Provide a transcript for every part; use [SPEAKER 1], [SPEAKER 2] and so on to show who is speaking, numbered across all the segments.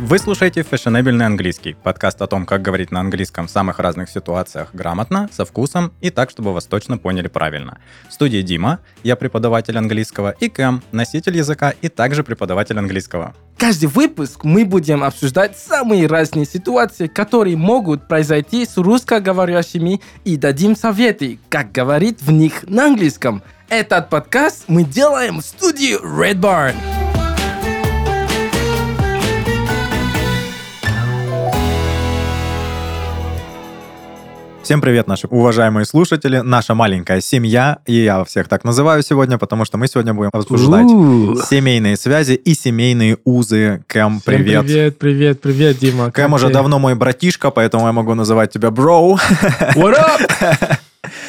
[SPEAKER 1] Вы слушаете «Фешенебельный английский» — подкаст о том, как говорить на английском в самых разных ситуациях грамотно, со вкусом и так, чтобы вас точно поняли правильно. В студии Дима, я преподаватель английского, и Кэм, носитель языка и также преподаватель английского.
[SPEAKER 2] Каждый выпуск мы будем обсуждать самые разные ситуации, которые могут произойти с русскоговорящими и дадим советы, как говорить в них на английском. Этот подкаст мы делаем в студии Red Barn.
[SPEAKER 1] Всем привет, наши уважаемые слушатели, наша маленькая семья, и я всех так называю сегодня, потому что мы сегодня будем обсуждать
[SPEAKER 2] У.
[SPEAKER 1] семейные связи и семейные узы. Кэм,
[SPEAKER 3] Всем
[SPEAKER 1] привет.
[SPEAKER 3] Привет, привет, привет, Дима. Как
[SPEAKER 1] Кэм уже
[SPEAKER 3] ты?
[SPEAKER 1] давно мой братишка, поэтому я могу называть тебя броу.
[SPEAKER 2] What up?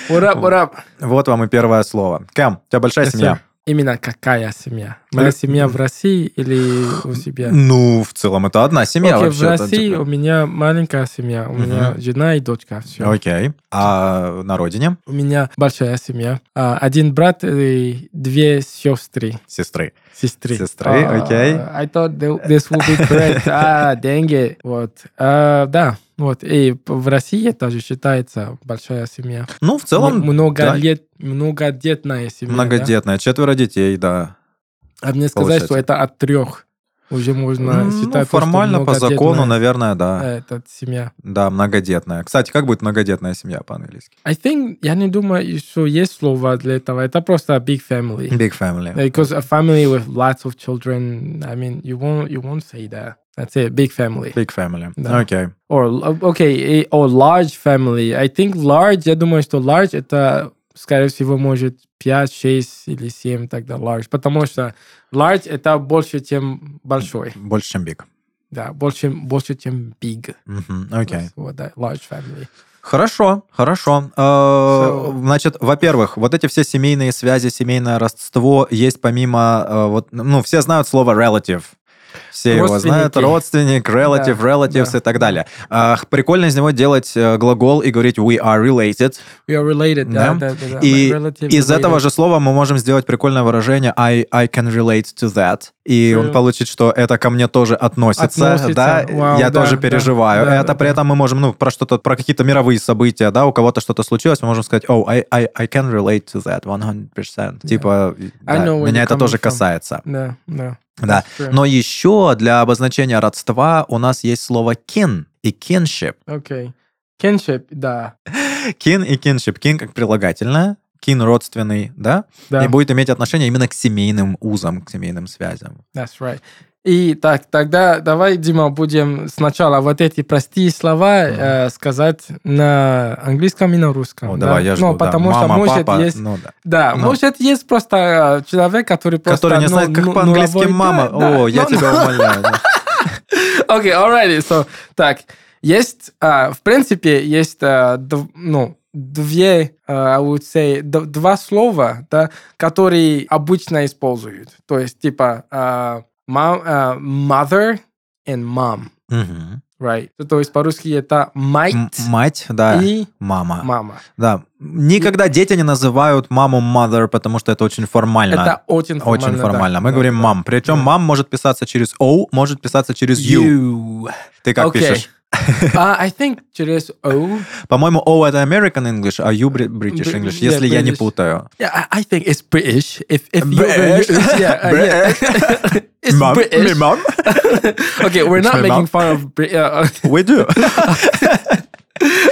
[SPEAKER 2] What up, what up?
[SPEAKER 1] Вот вам и первое слово. Кэм, у тебя большая
[SPEAKER 3] Спасибо.
[SPEAKER 1] семья?
[SPEAKER 3] Именно какая семья? Моя
[SPEAKER 1] Э,
[SPEAKER 3] семья в России или у себя?
[SPEAKER 1] Ну, в целом, это одна семья типа.
[SPEAKER 3] Окей, в
[SPEAKER 1] вообще.
[SPEAKER 3] России у меня маленькая семья. У меня жена и дочка. Все.
[SPEAKER 1] Окей. А на родине
[SPEAKER 3] У меня большая семья. А, Один брат и две сестры.
[SPEAKER 1] сестры.
[SPEAKER 3] Сестры.
[SPEAKER 1] Сестры,
[SPEAKER 3] А,
[SPEAKER 1] окей.
[SPEAKER 3] I thought th- this would be correct. А, деньги. Вот. А, Да, вот. И в России тоже считается большая семья.
[SPEAKER 1] Ну, в целом,
[SPEAKER 3] М- много
[SPEAKER 1] да.
[SPEAKER 3] лет, многодетная семья. да?
[SPEAKER 1] многодетная, четверо детей, да.
[SPEAKER 3] А мне сказать,
[SPEAKER 1] Получается.
[SPEAKER 3] что это от трех уже можно
[SPEAKER 1] М, ну,
[SPEAKER 3] считать. то, что
[SPEAKER 1] формально, по
[SPEAKER 3] многодетная,
[SPEAKER 1] закону, наверное, да.
[SPEAKER 3] э, Это семья.
[SPEAKER 1] Да, многодетная. Кстати, как будет многодетная семья по-английски?
[SPEAKER 3] I think, я не думаю, что есть слово для этого. Это просто big family.
[SPEAKER 1] Big family.
[SPEAKER 3] Because a family with lots of children, I mean, you won't, you won't say that. That's it, big family.
[SPEAKER 1] Big family.
[SPEAKER 3] Да.
[SPEAKER 1] Окей.
[SPEAKER 3] Or, uh, okay, or large family. I think large, я думаю, что large это, скорее всего, может 5, 6 или 7 тогда large. Потому что large это больше, чем большой.
[SPEAKER 1] Больше, чем big.
[SPEAKER 3] Да, больше, больше чем big.
[SPEAKER 1] Мгм, Окей.
[SPEAKER 3] Вот, да, large family.
[SPEAKER 1] Хорошо, хорошо. Э,
[SPEAKER 3] So-
[SPEAKER 1] Значит, во-первых, вот эти все семейные связи, семейное родство есть помимо... э, вот, ну, все знают слово relative. Все его знают. Родственник, relative,
[SPEAKER 3] Да,
[SPEAKER 1] relatives
[SPEAKER 3] да.
[SPEAKER 1] и так далее. А, х- прикольно из него делать э, глагол и говорить we are related.
[SPEAKER 3] We are related, да,
[SPEAKER 1] Да.
[SPEAKER 3] да, да. да.
[SPEAKER 1] И
[SPEAKER 3] Relative
[SPEAKER 1] из
[SPEAKER 3] related.
[SPEAKER 1] этого же слова мы можем сделать прикольное выражение I, I can relate to that. И
[SPEAKER 3] True.
[SPEAKER 1] он получит, что это ко мне тоже относится.
[SPEAKER 3] Относится.
[SPEAKER 1] Да?
[SPEAKER 3] Вау,
[SPEAKER 1] Я
[SPEAKER 3] да,
[SPEAKER 1] тоже
[SPEAKER 3] да,
[SPEAKER 1] переживаю.
[SPEAKER 3] да,
[SPEAKER 1] это
[SPEAKER 3] да,
[SPEAKER 1] при
[SPEAKER 3] да.
[SPEAKER 1] этом мы можем, ну, про что-то, про какие-то мировые события, да, у кого-то что-то случилось, мы можем сказать, oh, I, I, I can relate to that 100%. Типа, да,
[SPEAKER 3] know where
[SPEAKER 1] меня
[SPEAKER 3] you're
[SPEAKER 1] это тоже
[SPEAKER 3] coming from.
[SPEAKER 1] касается.
[SPEAKER 3] Да, да.
[SPEAKER 1] Да.
[SPEAKER 3] True.
[SPEAKER 1] Но еще для обозначения родства у нас есть слово kin и kinship.
[SPEAKER 3] Окей. Kinship, да.
[SPEAKER 1] Kin и kinship. Kin как прилагательное, kin родственный, да?
[SPEAKER 3] да.
[SPEAKER 1] и будет иметь отношение именно к семейным узам, к семейным связям.
[SPEAKER 3] That's right. И так, тогда давай, Дима, будем сначала вот эти простые слова
[SPEAKER 1] Мгм.
[SPEAKER 3] э, сказать на английском и на русском.
[SPEAKER 1] Ну,
[SPEAKER 3] да.
[SPEAKER 1] давай, я жду.
[SPEAKER 3] Ну,
[SPEAKER 1] да.
[SPEAKER 3] потому что
[SPEAKER 1] Мама,
[SPEAKER 3] может
[SPEAKER 1] папа,
[SPEAKER 3] есть...
[SPEAKER 1] ну да.
[SPEAKER 3] Да,
[SPEAKER 1] ну.
[SPEAKER 3] может есть просто э, человек, который просто...
[SPEAKER 1] Который не
[SPEAKER 3] ну,
[SPEAKER 1] знает, как
[SPEAKER 3] ну-
[SPEAKER 1] по-английски
[SPEAKER 3] нулевой, да,
[SPEAKER 1] мама.
[SPEAKER 3] да.
[SPEAKER 1] О, я
[SPEAKER 3] Ну,
[SPEAKER 1] тебя умоляю. да.
[SPEAKER 3] Окей, alrighty. So, так, есть, а, в принципе, есть, а, дв- ну, две, а, I would say, д- два слова, да, которые обычно используют. То есть, типа, а, ма- а, mother and mom,
[SPEAKER 1] Мгм.
[SPEAKER 3] right? То есть, по-русски это
[SPEAKER 1] М-
[SPEAKER 3] might
[SPEAKER 1] Мать, да,
[SPEAKER 3] и
[SPEAKER 1] мама.
[SPEAKER 3] мама.
[SPEAKER 1] Да. Никогда дети не называют маму mother, потому что это очень формально.
[SPEAKER 3] Это очень формально.
[SPEAKER 1] Очень
[SPEAKER 3] да.
[SPEAKER 1] формально. Мы
[SPEAKER 3] Да,
[SPEAKER 1] говорим
[SPEAKER 3] да.
[SPEAKER 1] мам. Причем
[SPEAKER 3] Да.
[SPEAKER 1] мам может писаться через O, может писаться через U.
[SPEAKER 3] You.
[SPEAKER 1] Ты как
[SPEAKER 3] Окей.
[SPEAKER 1] пишешь?
[SPEAKER 3] А, I think через O.
[SPEAKER 1] По-моему, O это American English, а U бри- British
[SPEAKER 3] Бри-
[SPEAKER 1] English,
[SPEAKER 3] yeah,
[SPEAKER 1] если я не
[SPEAKER 3] British.
[SPEAKER 1] путаю.
[SPEAKER 3] Yeah, I, I think it's British. If if
[SPEAKER 1] Uh, British.
[SPEAKER 3] you, yeah, uh, yeah. it's
[SPEAKER 1] Мам, me
[SPEAKER 3] British.
[SPEAKER 1] mom,
[SPEAKER 3] okay, we're not
[SPEAKER 1] my
[SPEAKER 3] making
[SPEAKER 1] mom.
[SPEAKER 3] fun of. Brit- Uh,
[SPEAKER 1] we do.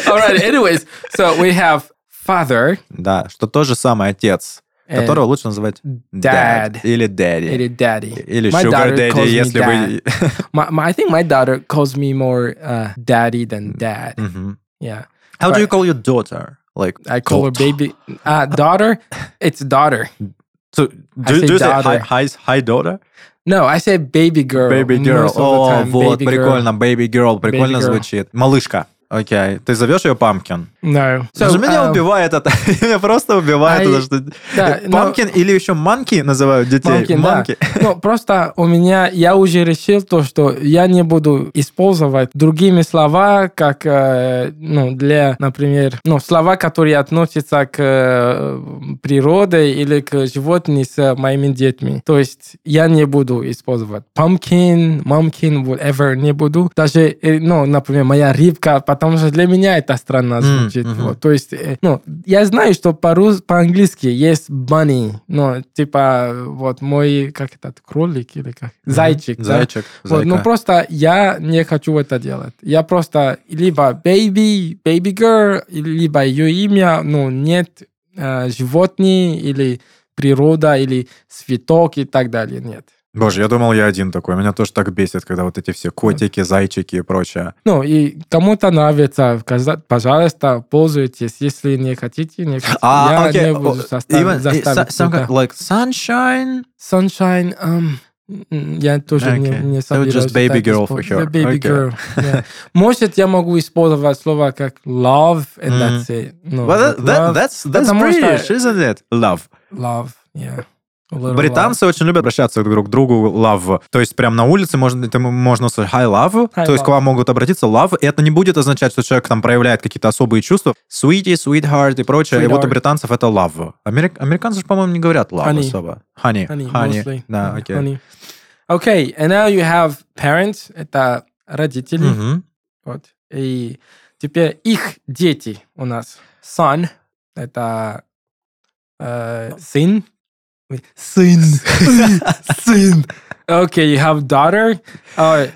[SPEAKER 3] all right. Anyways, so we have father
[SPEAKER 1] Да, что то же самое отец,
[SPEAKER 3] and
[SPEAKER 1] которого лучше называть
[SPEAKER 3] Dad.
[SPEAKER 1] или daddy.
[SPEAKER 3] and a daddy.
[SPEAKER 1] или
[SPEAKER 3] my
[SPEAKER 1] sugar
[SPEAKER 3] daughter
[SPEAKER 1] daddy,
[SPEAKER 3] calls me
[SPEAKER 1] если вы...
[SPEAKER 3] My, my, I think my daughter calls me more uh, daddy than
[SPEAKER 1] Mm-hmm.
[SPEAKER 3] dad.
[SPEAKER 1] Мгм.
[SPEAKER 3] Yeah,
[SPEAKER 1] How do you call your daughter? Like,
[SPEAKER 3] I call her
[SPEAKER 1] daughter.
[SPEAKER 3] baby. Uh, daughter, it's daughter.
[SPEAKER 1] So,
[SPEAKER 3] I
[SPEAKER 1] do,
[SPEAKER 3] say
[SPEAKER 1] do you say hi,
[SPEAKER 3] daughter.
[SPEAKER 1] hi, hi daughter?
[SPEAKER 3] No, I say baby girl.
[SPEAKER 1] Baby girl. Oh,
[SPEAKER 3] most of the
[SPEAKER 1] О,
[SPEAKER 3] time,
[SPEAKER 1] вот,
[SPEAKER 3] baby girl.
[SPEAKER 1] прикольно. Baby girl, прикольно
[SPEAKER 3] girl.
[SPEAKER 1] звучит. Малышка. Окей. Ты зовешь ее Pumpkin?
[SPEAKER 3] No.
[SPEAKER 1] Слушай, меня
[SPEAKER 3] um,
[SPEAKER 1] убивает это. меня просто убивает
[SPEAKER 3] I-
[SPEAKER 1] это, что...
[SPEAKER 3] да,
[SPEAKER 1] э,
[SPEAKER 3] но-
[SPEAKER 1] Pumpkin или еще манки называют детей.
[SPEAKER 3] Pumpkin, да. Ну, просто у меня, я уже решил то, что я не буду использовать другими слова, как, э, ну, для, например, ну, слова, которые относятся к э, природе или к животным с э, моими детьми. То есть я не буду использовать pumpkin, mumpkin, whatever, не буду. Даже, э, ну, например, моя рыбка, потому что для меня это странно
[SPEAKER 1] Мгм,
[SPEAKER 3] звучит.
[SPEAKER 1] мгм.
[SPEAKER 3] вот. То есть, э, ну, я знаю, что по-рус- по-английски есть bunny, но типа вот мой, как это, кролик или как? Зайчик. да?
[SPEAKER 1] Зайчик.
[SPEAKER 3] Вот, ну,
[SPEAKER 1] зайка.
[SPEAKER 3] просто я не хочу это делать. Я просто либо baby, baby girl, и- либо ее имя, ну, нет э, животные или природа, или цветок и так далее, нет.
[SPEAKER 1] Боже, я думал, я один такой. Меня тоже так бесит, когда вот эти все котики, зайчики и прочее.
[SPEAKER 3] Ну, и кому-то нравится, каза- пожалуйста, пользуйтесь, если не хотите, не хотите. я
[SPEAKER 1] А,
[SPEAKER 3] не
[SPEAKER 1] окей.
[SPEAKER 3] буду
[SPEAKER 1] о,
[SPEAKER 3] заставить-
[SPEAKER 1] even- и
[SPEAKER 3] заставить
[SPEAKER 1] со- some
[SPEAKER 3] это.
[SPEAKER 1] kind- Like sunshine.
[SPEAKER 3] Sunshine, эм, м, я тоже не,
[SPEAKER 1] Okay.
[SPEAKER 3] не
[SPEAKER 1] So
[SPEAKER 3] собираюсь.
[SPEAKER 1] just baby
[SPEAKER 3] так
[SPEAKER 1] girl
[SPEAKER 3] использовать.
[SPEAKER 1] for sure.
[SPEAKER 3] Yeah, baby
[SPEAKER 1] Okay.
[SPEAKER 3] girl, yeah. Может, я могу использовать слова как love, and
[SPEAKER 1] Мгм.
[SPEAKER 3] that's it. Ну,
[SPEAKER 1] Well, that-
[SPEAKER 3] вот
[SPEAKER 1] that-
[SPEAKER 3] love,
[SPEAKER 1] that's that's
[SPEAKER 3] Потому что-
[SPEAKER 1] British, isn't it? Love.
[SPEAKER 3] love, yeah. A little
[SPEAKER 1] Британцы очень любят обращаться друг к другу love. То есть прям на улице можно, ты, можно услышать hi love,
[SPEAKER 3] Hi,
[SPEAKER 1] то есть к
[SPEAKER 3] love.
[SPEAKER 1] вам могут обратиться love, и это не будет означать, что человек там проявляет какие-то особые чувства. Sweetie, sweetheart и прочее. И вот у
[SPEAKER 3] Sweetheart.
[SPEAKER 1] британцев это love. Америк- Американцы же, по-моему, не говорят love
[SPEAKER 3] Honey.
[SPEAKER 1] особо. Honey.
[SPEAKER 3] Honey, mostly.
[SPEAKER 1] Да,
[SPEAKER 3] Honey,
[SPEAKER 1] окей.
[SPEAKER 3] honey. Okay, and now you have parents, это родители.
[SPEAKER 1] Мгм.
[SPEAKER 3] Вот. И теперь их дети у нас. Son, это э, сын. Ой, Сын. Сын. Окей, you have daughter. Э,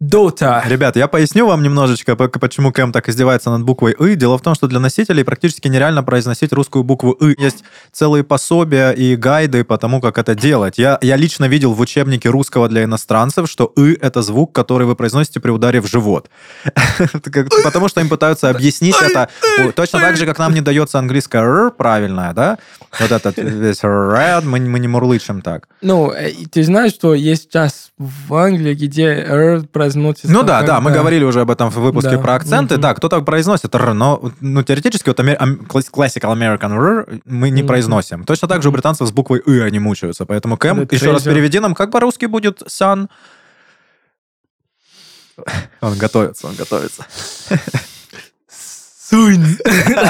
[SPEAKER 3] Daughter.
[SPEAKER 1] Ребят, я поясню вам немножечко, пок- почему Кэм так издевается над буквой «ы». Дело в том, что для носителей практически нереально произносить русскую букву «ы». Есть целые пособия и гайды по тому, как это делать. Я, я лично видел в учебнике русского для иностранцев, что «ы» — это звук, который вы произносите при ударе в живот. Это как- Потому что им пытаются объяснить это у- точно так же, как нам не дается английское «р» правильное, да? Вот этот весь «red», мы не- мы не мурлычем так.
[SPEAKER 3] Ну, э, и ты знаешь, что есть сейчас в Англии, где R произносится...
[SPEAKER 1] Ну да,
[SPEAKER 3] как,
[SPEAKER 1] да, мы
[SPEAKER 3] э,
[SPEAKER 1] говорили уже об этом в выпуске
[SPEAKER 3] Да.
[SPEAKER 1] про акценты.
[SPEAKER 3] Мгм.
[SPEAKER 1] Да, кто так произносит «р», но ну, теоретически вот амер- ам- класс- classical American «р» мы не
[SPEAKER 3] Мгм.
[SPEAKER 1] произносим. Точно так же у британцев с буквой «ы» они мучаются. Поэтому, Кэм,
[SPEAKER 3] Это
[SPEAKER 1] еще раз
[SPEAKER 3] treasure.
[SPEAKER 1] переведи нам, как по-русски будет «сан». Он готовится, он готовится.
[SPEAKER 3] Сын.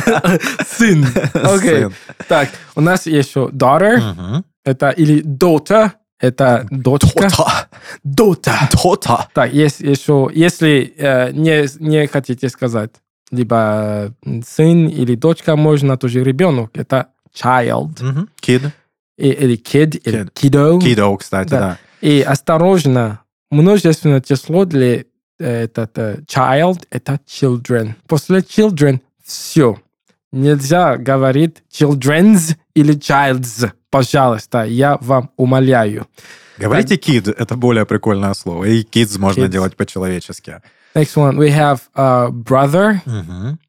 [SPEAKER 3] Сын. Окей.
[SPEAKER 1] Сын.
[SPEAKER 3] Так, у нас еще daughter,
[SPEAKER 1] Мгм.
[SPEAKER 3] это или daughter, это дочка.
[SPEAKER 1] Тота,
[SPEAKER 3] Daughter.
[SPEAKER 1] тота.
[SPEAKER 3] Так, есть еще, если э, не, не хотите сказать, либо э, сын или дочка, можно тоже ребенок. Это child,
[SPEAKER 1] Мгм. Kid.
[SPEAKER 3] и- или kid, или
[SPEAKER 1] Kid.
[SPEAKER 3] kiddo.
[SPEAKER 1] Kiddo, кстати,
[SPEAKER 3] Да.
[SPEAKER 1] да.
[SPEAKER 3] И осторожно, множественное число для э, этот, э, child – это children. После children – все. Нельзя говорить children's или child's. Пожалуйста, я вам умоляю.
[SPEAKER 1] Говорите kid, это более прикольное слово. И kids можно
[SPEAKER 3] Kids.
[SPEAKER 1] делать по-человечески.
[SPEAKER 3] Next one, we have uh, brother.
[SPEAKER 1] Мгм.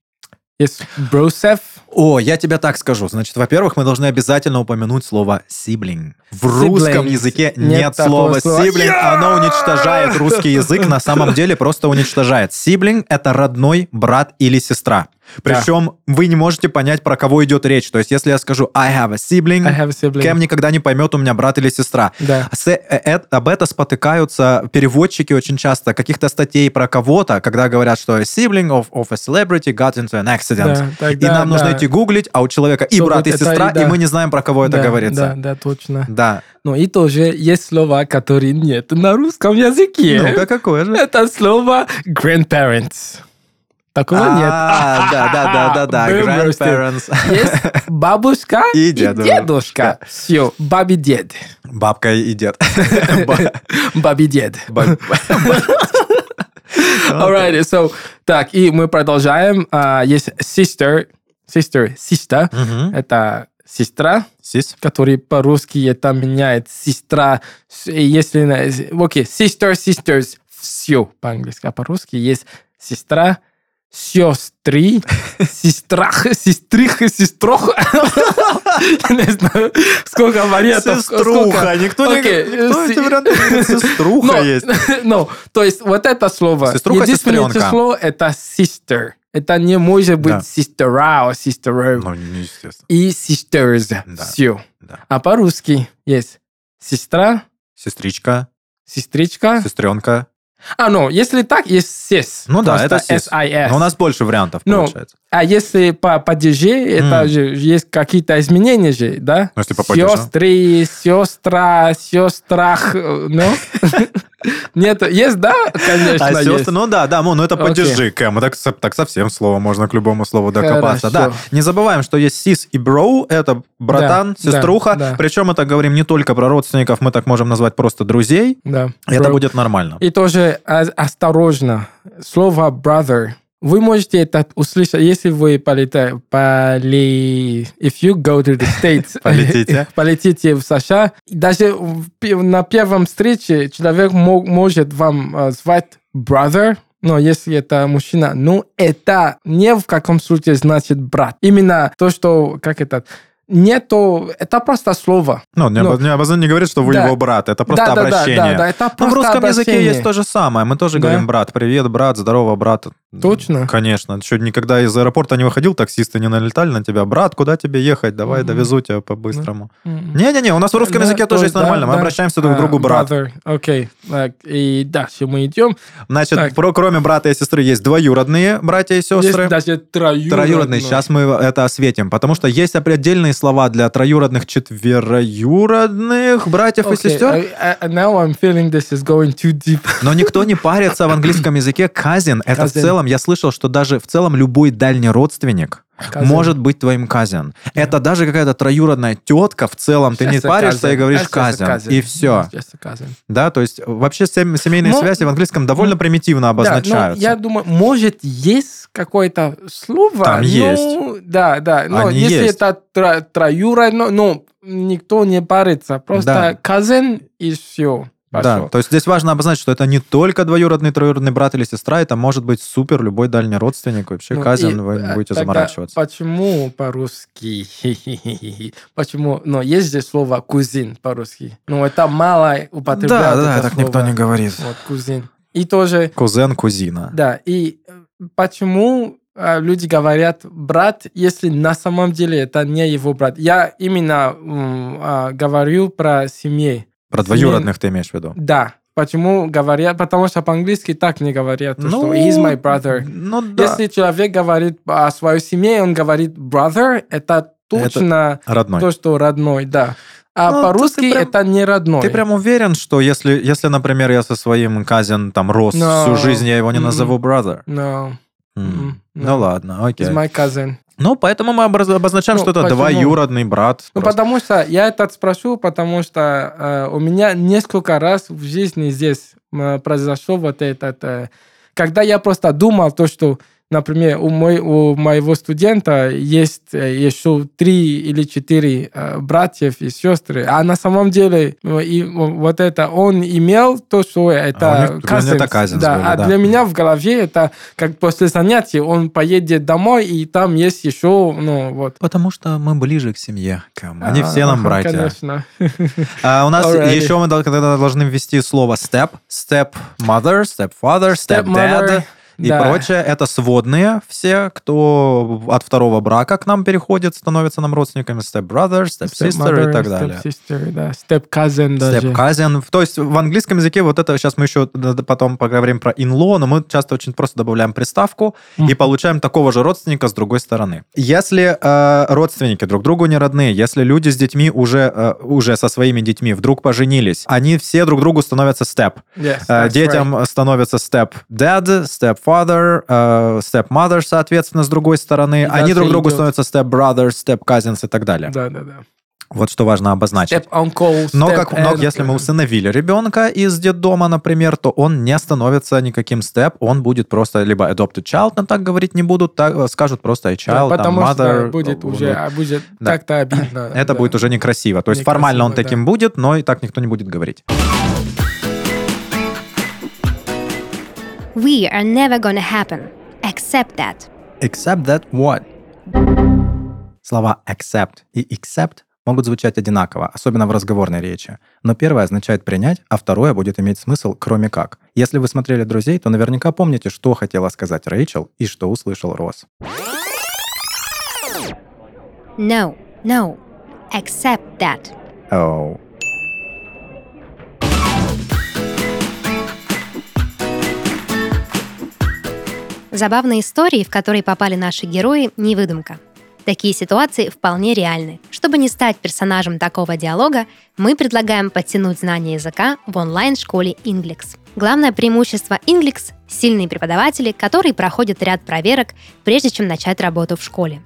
[SPEAKER 3] Есть бросев.
[SPEAKER 1] О, я тебе так скажу. Значит, во-первых, мы должны обязательно упомянуть слово «сиблинг». В русском
[SPEAKER 3] Siblings.
[SPEAKER 1] языке
[SPEAKER 3] Нет
[SPEAKER 1] нет,
[SPEAKER 3] такого
[SPEAKER 1] слова
[SPEAKER 3] слова.
[SPEAKER 1] «сиблинг». Оно уничтожает русский язык, на самом деле просто уничтожает. Сиблинг — это родной брат или сестра. Причем вы не можете понять, про кого идет речь. То есть, если я скажу «I have a sibling»,
[SPEAKER 3] I have a sibling.
[SPEAKER 1] Кэм никогда не поймет, у меня брат или сестра.
[SPEAKER 3] Да.
[SPEAKER 1] С- э- э- об это спотыкаются переводчики очень часто, каких-то статей про кого-то, когда говорят, что sibling of, of a celebrity got into an accident.
[SPEAKER 3] Да,
[SPEAKER 1] И
[SPEAKER 3] тогда,
[SPEAKER 1] нам нужно
[SPEAKER 3] да.
[SPEAKER 1] идти гуглить, а у человека и
[SPEAKER 3] Что
[SPEAKER 1] брат,
[SPEAKER 3] вот
[SPEAKER 1] и
[SPEAKER 3] это,
[SPEAKER 1] сестра,
[SPEAKER 3] и да.
[SPEAKER 1] и мы не знаем, про кого это
[SPEAKER 3] Да,
[SPEAKER 1] говорится.
[SPEAKER 3] Да, да, точно.
[SPEAKER 1] Да.
[SPEAKER 3] Но и тоже есть слова, которые нет на русском языке.
[SPEAKER 1] Ну-ка, какое же?
[SPEAKER 3] Это слово grandparents. Такого
[SPEAKER 1] А, да, да, да, да, да.
[SPEAKER 3] Был просто.
[SPEAKER 1] Grandparents.
[SPEAKER 3] нет. Есть бабушка
[SPEAKER 1] И
[SPEAKER 3] и,
[SPEAKER 1] дедушка.
[SPEAKER 3] дедушка. Все, баби дед.
[SPEAKER 1] Бабка и дед.
[SPEAKER 3] Баби дед.
[SPEAKER 1] Ба-
[SPEAKER 3] Alright, so, так, и мы продолжаем. А, есть sister, sister, sister.
[SPEAKER 1] Мгм.
[SPEAKER 3] Это сестра.
[SPEAKER 1] Сис.
[SPEAKER 3] который по-русски это меняет сестра, с- и если на- окей, sister, sisters, все по-английски, а по-русски есть сестра, сестры, сестрах, сестрих, сестрох. не знаю, сколько вариантов.
[SPEAKER 1] Сеструха. Никто не ну,
[SPEAKER 3] Окей,
[SPEAKER 1] никто
[SPEAKER 3] э,
[SPEAKER 1] эти варианты не говорит. Сеструха есть.
[SPEAKER 3] Ну, то есть вот это слово.
[SPEAKER 1] Сеструха,
[SPEAKER 3] Единственное
[SPEAKER 1] сестренка.
[SPEAKER 3] число это sister. Это не может быть а
[SPEAKER 1] Да.
[SPEAKER 3] сестра, sister
[SPEAKER 1] Ну, не естественно.
[SPEAKER 3] и sisters.
[SPEAKER 1] Да.
[SPEAKER 3] Все.
[SPEAKER 1] Да.
[SPEAKER 3] А по-русски есть сестра,
[SPEAKER 1] Сестричка,
[SPEAKER 3] сестричка.
[SPEAKER 1] сестренка.
[SPEAKER 3] А, ну, если так, есть сис.
[SPEAKER 1] Ну да,
[SPEAKER 3] Просто
[SPEAKER 1] это сис.
[SPEAKER 3] SIS.
[SPEAKER 1] Но у нас больше вариантов
[SPEAKER 3] Э. Ну,
[SPEAKER 1] получается.
[SPEAKER 3] А если по падеже, это
[SPEAKER 1] М.
[SPEAKER 3] же есть какие-то изменения же, да?
[SPEAKER 1] Ну, если по падежу.
[SPEAKER 3] Сестры, сестра, сестрах, э, ну? Нет, есть, да? Конечно,
[SPEAKER 1] А
[SPEAKER 3] есть.
[SPEAKER 1] сестры, ну да, да, ну это
[SPEAKER 3] Окей.
[SPEAKER 1] падежи, Кэм. Так, со- так совсем слово, можно к любому слову докопаться.
[SPEAKER 3] Хорошо.
[SPEAKER 1] Да, не забываем, что есть сис и броу, это братан,
[SPEAKER 3] Да,
[SPEAKER 1] сеструха.
[SPEAKER 3] да, да.
[SPEAKER 1] Причем это говорим не только про родственников, мы так можем назвать просто друзей.
[SPEAKER 3] Да.
[SPEAKER 1] Это
[SPEAKER 3] Bro.
[SPEAKER 1] будет нормально.
[SPEAKER 3] И тоже а, осторожно. Слово brother. Вы можете это услышать, если вы полетаете, поли... if you go to the States,
[SPEAKER 1] Полетите.
[SPEAKER 3] полетите в США, даже в пе- на первом встрече человек мо- может вам э, звать brother, но если это мужчина, ну это не в каком случае значит брат. Именно то, что, как это, не то, это просто слово.
[SPEAKER 1] Ну, не,
[SPEAKER 3] ну,
[SPEAKER 1] обоз- не, обоз- не говорит, что вы
[SPEAKER 3] да.
[SPEAKER 1] его брат, это просто
[SPEAKER 3] да, да, да,
[SPEAKER 1] обращение.
[SPEAKER 3] да, да, это
[SPEAKER 1] Ну, в
[SPEAKER 3] просто
[SPEAKER 1] русском языке
[SPEAKER 3] обращение.
[SPEAKER 1] есть то же самое. Мы тоже
[SPEAKER 3] Да.
[SPEAKER 1] говорим брат, привет, брат, здорово, брат.
[SPEAKER 3] Точно?
[SPEAKER 1] Конечно. Что, никогда из аэропорта не выходил, таксисты не налетали на тебя. Брат, куда тебе ехать? Давай
[SPEAKER 3] Мгм.
[SPEAKER 1] довезу тебя по-быстрому.
[SPEAKER 3] М.
[SPEAKER 1] Не-не-не, у нас в русском
[SPEAKER 3] Да,
[SPEAKER 1] языке тоже
[SPEAKER 3] Ну, то-
[SPEAKER 1] есть
[SPEAKER 3] да,
[SPEAKER 1] нормально. Мы
[SPEAKER 3] да.
[SPEAKER 1] обращаемся друг к
[SPEAKER 3] А,
[SPEAKER 1] другу брат.
[SPEAKER 3] brother. Окей. Так, и дальше мы идем.
[SPEAKER 1] Значит,
[SPEAKER 3] Так.
[SPEAKER 1] про, кроме брата и сестры есть двоюродные братья и
[SPEAKER 3] Здесь
[SPEAKER 1] сестры.
[SPEAKER 3] даже троюродный.
[SPEAKER 1] Троюродные, сейчас мы это осветим, потому что есть опре- отдельные слова для троюродных, четвероюродных братьев и
[SPEAKER 3] Окей, а-
[SPEAKER 1] сестер.
[SPEAKER 3] I- I- now I'm feeling this is going too deep.
[SPEAKER 1] Но никто не парится в английском языке. Казин это в
[SPEAKER 3] Cousin.
[SPEAKER 1] целом, я слышал, что даже в целом любой дальний родственник
[SPEAKER 3] Cousin.
[SPEAKER 1] может быть твоим казин. Это даже какая-то троюродная тетка в целом. Ты не
[SPEAKER 3] Just a
[SPEAKER 1] паришься
[SPEAKER 3] cousin.
[SPEAKER 1] и говоришь
[SPEAKER 3] That's just a
[SPEAKER 1] казин.
[SPEAKER 3] cousin.
[SPEAKER 1] И все.
[SPEAKER 3] That's just a cousin.
[SPEAKER 1] Да, то есть э, вообще сем- семейные
[SPEAKER 3] Мо-
[SPEAKER 1] связи в английском довольно примитивно
[SPEAKER 3] Ну, Да, ну, я
[SPEAKER 1] обозначаются.
[SPEAKER 3] думаю, может, есть какое-то слово.
[SPEAKER 1] Там
[SPEAKER 3] ну,
[SPEAKER 1] есть.
[SPEAKER 3] Да, да. Но
[SPEAKER 1] Они
[SPEAKER 3] если
[SPEAKER 1] есть.
[SPEAKER 3] это тро- троюродно, ну, никто не парится. Просто cousin и все.
[SPEAKER 1] Да, то есть здесь важно обозначить, что это не только двоюродный, троюродный брат или сестра, это может быть супер любой дальний родственник, вообще
[SPEAKER 3] Ну,
[SPEAKER 1] казин,
[SPEAKER 3] и,
[SPEAKER 1] вы не
[SPEAKER 3] э,
[SPEAKER 1] будете
[SPEAKER 3] тогда
[SPEAKER 1] заморачиваться.
[SPEAKER 3] Почему по-русски? Почему? Но есть же слово кузин по-русски. Но это мало употребляют. это слово.
[SPEAKER 1] говорит.
[SPEAKER 3] Вот кузин. И тоже,
[SPEAKER 1] Кузен, кузина.
[SPEAKER 3] да, и э, почему э, люди говорят брат, если на самом деле это не его брат. Я именно м, а, говорю про семьи.
[SPEAKER 1] Про двоюродных ты имеешь в виду?
[SPEAKER 3] Да. Почему говорят? Потому что по-английски так не говорят. то, что he's my brother.
[SPEAKER 1] Ну да.
[SPEAKER 3] Если человек говорит о своей семье, он говорит brother, это точно
[SPEAKER 1] Родной.
[SPEAKER 3] то, что родной, да. А
[SPEAKER 1] Ну, тут ты
[SPEAKER 3] по-русски
[SPEAKER 1] прям-
[SPEAKER 3] это не родной.
[SPEAKER 1] Ты прям уверен, что если, если, например, я со своим казин там рос
[SPEAKER 3] No.
[SPEAKER 1] всю жизнь, я его не
[SPEAKER 3] Мгм.
[SPEAKER 1] назову brother?
[SPEAKER 3] No,
[SPEAKER 1] М.
[SPEAKER 3] Мгм.
[SPEAKER 1] Ну
[SPEAKER 3] No.
[SPEAKER 1] ладно, окей.
[SPEAKER 3] he's my cousin.
[SPEAKER 1] Ну, поэтому мы образ- обозначаем,
[SPEAKER 3] Ну,
[SPEAKER 1] что это
[SPEAKER 3] почему?
[SPEAKER 1] двоюродный брат.
[SPEAKER 3] Ну,
[SPEAKER 1] просто.
[SPEAKER 3] потому что я это спрошу, потому что э, у меня несколько раз в жизни здесь э, произошло вот этот... э, когда я просто думал то, что, например, у, мой- у моего студента есть э, еще три или четыре э, братьев и сестры, а на самом деле э, и вот это он имел то, что
[SPEAKER 1] А
[SPEAKER 3] это
[SPEAKER 1] у них- для меня это cousins
[SPEAKER 3] да,
[SPEAKER 1] были,
[SPEAKER 3] а
[SPEAKER 1] да.
[SPEAKER 3] для меня в голове это как после занятий он поедет домой и там есть еще, ну вот.
[SPEAKER 1] Потому что мы ближе к семье. Кэм. Они
[SPEAKER 3] А,
[SPEAKER 1] все нам братья.
[SPEAKER 3] Конечно.
[SPEAKER 1] А у нас
[SPEAKER 3] Alrighty.
[SPEAKER 1] еще мы дол- когда должны ввести слово step, step mother, step father, step
[SPEAKER 3] Stepmother,
[SPEAKER 1] dad и
[SPEAKER 3] да.
[SPEAKER 1] прочее. Это сводные все, кто от второго брака к нам переходит, становятся нам родственниками. Step brother, step sister и так далее.
[SPEAKER 3] Step-sister, да. Step-cousin даже.
[SPEAKER 1] Step cousin. То есть в английском языке вот это сейчас мы еще д- д- потом поговорим про in-law, но мы часто очень просто добавляем приставку и
[SPEAKER 3] Мгм.
[SPEAKER 1] получаем такого же родственника с другой стороны. Если э, родственники друг другу не родные, если люди с детьми уже, э, уже со своими детьми вдруг поженились, они все друг другу становятся step.
[SPEAKER 3] Yes,
[SPEAKER 1] Э,
[SPEAKER 3] that's
[SPEAKER 1] Детям
[SPEAKER 3] right.
[SPEAKER 1] становятся step dad, step father, э, step mother, соответственно, с другой стороны.
[SPEAKER 3] И
[SPEAKER 1] Они
[SPEAKER 3] дальше
[SPEAKER 1] друг другу
[SPEAKER 3] идет.
[SPEAKER 1] становятся step brother, step cousins и так далее.
[SPEAKER 3] Да, да, да.
[SPEAKER 1] Вот что важно обозначить.
[SPEAKER 3] Step-uncle,
[SPEAKER 1] Но, как, но
[SPEAKER 3] step-aunt.
[SPEAKER 1] если мы усыновили ребенка из детдома, например, то он не становится никаким степ, он будет просто либо adopted child, но так говорить не будут, так, э, скажут просто a
[SPEAKER 3] Да,
[SPEAKER 1] child, там,
[SPEAKER 3] Потому
[SPEAKER 1] mother.
[SPEAKER 3] что будет
[SPEAKER 1] э,
[SPEAKER 3] уже, а будет
[SPEAKER 1] Да.
[SPEAKER 3] так-то обидно.
[SPEAKER 1] Это
[SPEAKER 3] да.
[SPEAKER 1] будет уже некрасиво. То есть формально он
[SPEAKER 3] Некрасиво,
[SPEAKER 1] таким будет, но и так никто не будет говорить.
[SPEAKER 4] We are never gonna happen. Accept that.
[SPEAKER 1] Except that what? Слова accept и accept могут звучать одинаково, особенно в разговорной речи. Но первое означает принять, а второе будет иметь смысл кроме как. Если вы смотрели «Друзей», то наверняка помните, что хотела сказать Рэйчел и что услышал Росс.
[SPEAKER 4] No, no. Accept that.
[SPEAKER 1] Оу.
[SPEAKER 4] Забавные истории, в которые попали наши герои, не выдумка. Такие ситуации вполне реальны. Чтобы не стать персонажем такого диалога, мы предлагаем подтянуть знания языка в онлайн-школе Inglix. Главное преимущество Inglix – сильные преподаватели, которые проходят ряд проверок, прежде чем начать работу в школе.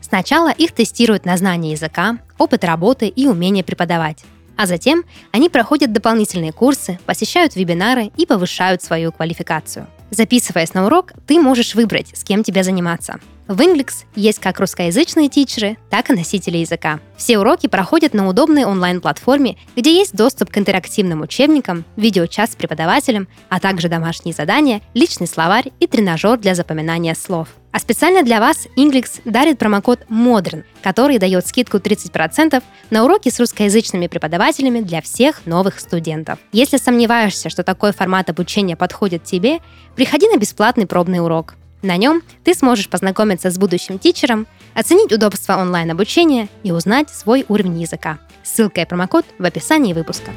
[SPEAKER 4] Сначала их тестируют на знание языка, опыт работы и умение преподавать. А затем они проходят дополнительные курсы, посещают вебинары и повышают свою квалификацию. Записываясь на урок, ты можешь выбрать, с кем тебе заниматься. В Inglix есть как русскоязычные тичеры, так и носители языка. Все уроки проходят на удобной онлайн-платформе, где есть доступ к интерактивным учебникам, видеочас с преподавателем, а также домашние задания, личный словарь и тренажер для запоминания слов. А специально для вас Inglix дарит промокод MODERN, который дает скидку 30% на уроки с русскоязычными преподавателями для всех новых студентов. Если сомневаешься, что такой формат обучения подходит тебе, приходи на бесплатный пробный урок. На нем ты сможешь познакомиться с будущим тичером, оценить удобство онлайн-обучения и узнать свой уровень языка. Ссылка и промокод в описании выпуска.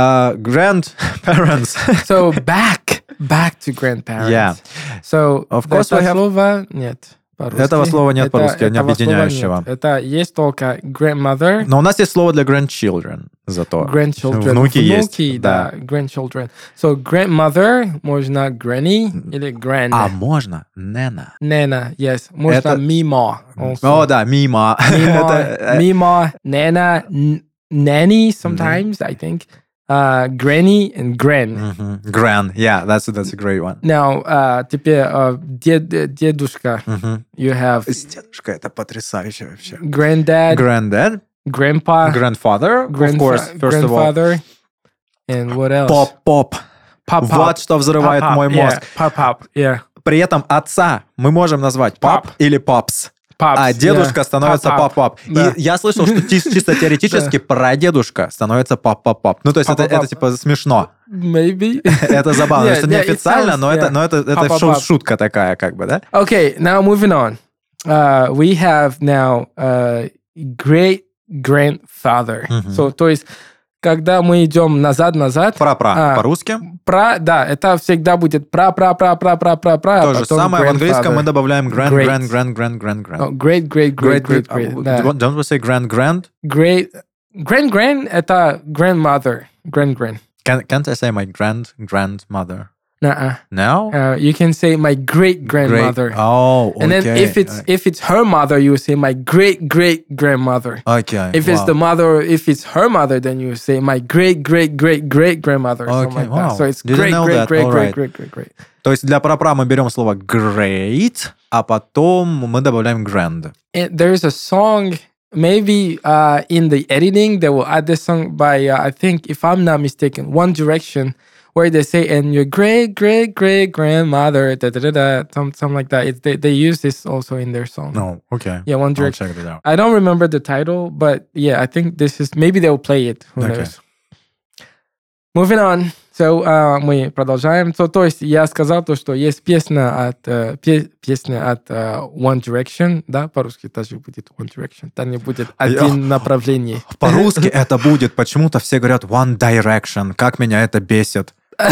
[SPEAKER 1] А, grandparents.
[SPEAKER 3] So back, back to grandparents.
[SPEAKER 1] Yeah.
[SPEAKER 3] So,
[SPEAKER 1] Of course
[SPEAKER 3] это
[SPEAKER 1] we have-
[SPEAKER 3] слова нет по-русски.
[SPEAKER 1] Этого слова нет
[SPEAKER 3] Это-
[SPEAKER 1] по-русски, не
[SPEAKER 3] этого слова
[SPEAKER 1] объединяющего. Ну,
[SPEAKER 3] нет. Это есть только grandmother,
[SPEAKER 1] Но у нас есть слово для grandchildren зато.
[SPEAKER 3] grandchildren.
[SPEAKER 1] Внуки есть,
[SPEAKER 3] да. Grandchildren. So grandmother, можно granny или grand.
[SPEAKER 1] А можно Нена.
[SPEAKER 3] Nana, yes. Можно
[SPEAKER 1] Это-
[SPEAKER 3] мимо.
[SPEAKER 1] О, да, мимо. Это,
[SPEAKER 3] Mima,
[SPEAKER 1] э,
[SPEAKER 3] Mima, Nana, n- Nanny sometimes,
[SPEAKER 1] Mm-hmm.
[SPEAKER 3] I think. Uh, granny and Gran.
[SPEAKER 1] мгм. Grand. Yeah, that's, that's a great one.
[SPEAKER 3] Now, uh, теперь uh, дед, э, дедушка.
[SPEAKER 1] Мгм.
[SPEAKER 3] You have
[SPEAKER 1] С дедушкой это потрясающе вообще.
[SPEAKER 3] granddad,
[SPEAKER 1] Granddad,
[SPEAKER 3] grandpa,
[SPEAKER 1] grandfather, of
[SPEAKER 3] grandfa-
[SPEAKER 1] course, first of all.
[SPEAKER 3] grandfather. And what else?
[SPEAKER 1] Поп-поп.
[SPEAKER 3] Pop, э. pop.
[SPEAKER 1] Вот что взрывает
[SPEAKER 3] Pop, pop,
[SPEAKER 1] мой
[SPEAKER 3] yeah.
[SPEAKER 1] мозг.
[SPEAKER 3] Pop, pop, yeah.
[SPEAKER 1] При этом отца мы можем назвать пап,
[SPEAKER 3] Пап.
[SPEAKER 1] или папс.
[SPEAKER 3] Pops,
[SPEAKER 1] А дедушка
[SPEAKER 3] yeah.
[SPEAKER 1] становится
[SPEAKER 3] Pop, pop.
[SPEAKER 1] пап-пап.
[SPEAKER 3] Да.
[SPEAKER 1] И я слышал, что ти- чисто теоретически прадедушка становится пап-пап-пап. Ну, то есть это, это
[SPEAKER 3] Пап-пап-пап.
[SPEAKER 1] типа смешно.
[SPEAKER 3] Maybe.
[SPEAKER 1] Это забавно,
[SPEAKER 3] Yeah,
[SPEAKER 1] что
[SPEAKER 3] yeah, it
[SPEAKER 1] неофициально,
[SPEAKER 3] sounds-
[SPEAKER 1] но это
[SPEAKER 3] yeah.
[SPEAKER 1] но это это
[SPEAKER 3] Пап-пап-пап.
[SPEAKER 1] шу- шутка такая, как бы, да?
[SPEAKER 3] Okay, now moving on. Uh, we have now uh, great grandfather.
[SPEAKER 1] Мгм.
[SPEAKER 3] So, то есть, когда мы идем назад-назад,
[SPEAKER 1] Пра-пра
[SPEAKER 3] А.
[SPEAKER 1] по-русски.
[SPEAKER 3] пра, да, это всегда будет пра-пра-пра-пра-пра-пра-пра.
[SPEAKER 1] То же самое в английском мы добавляем grand,
[SPEAKER 3] Great.
[SPEAKER 1] grand, grand, grand, grand, grand.
[SPEAKER 3] Great, great, great,
[SPEAKER 1] great.
[SPEAKER 3] great,
[SPEAKER 1] А,
[SPEAKER 3] great. да.
[SPEAKER 1] Don't we say grand, grand?
[SPEAKER 3] Great, grand, grand это grandmother, grand, grand.
[SPEAKER 1] Can, can't I say my grand, grandmother?
[SPEAKER 3] Nuh-uh.
[SPEAKER 1] No?
[SPEAKER 3] Uh, you can say my great grandmother.
[SPEAKER 1] Great. Oh, okay.
[SPEAKER 3] And then if it's if it's her mother, you say my great great grandmother.
[SPEAKER 1] Uh, Okay.
[SPEAKER 3] If it's
[SPEAKER 1] wow.
[SPEAKER 3] the mother, if it's her mother, then you say my great great great great grandmother. or something
[SPEAKER 1] Okay,
[SPEAKER 3] like that.
[SPEAKER 1] wow.
[SPEAKER 3] So it's
[SPEAKER 1] Didn't
[SPEAKER 3] great
[SPEAKER 1] know
[SPEAKER 3] great
[SPEAKER 1] that.
[SPEAKER 3] great
[SPEAKER 1] All right.
[SPEAKER 3] great great great great.
[SPEAKER 1] То есть для пра-пра мы берем слово great, а потом мы добавляем grand.
[SPEAKER 3] And there's a song. Maybe uh, in the editing they will add this song by uh, I think if I'm not mistaken, One Direction, where they say and your great great great grandmother da da da da some something like that. It's they, they use this also in their song.
[SPEAKER 1] No, okay.
[SPEAKER 3] Yeah, One
[SPEAKER 1] Ну, I'll
[SPEAKER 3] Direction.
[SPEAKER 1] check that out.
[SPEAKER 3] I don't remember the title, but yeah, I think this is maybe they'll play it. Who
[SPEAKER 1] Okay.
[SPEAKER 3] knows? Moving on. So, а, мы продолжаем. So, то есть я сказал то, что есть песня от э, пе- песня от э, One Direction, да, по-русски даже будет One Direction. Там не будет один направление.
[SPEAKER 1] По-русски это будет. Почему-то все говорят One Direction. Как меня это бесит.
[SPEAKER 3] Но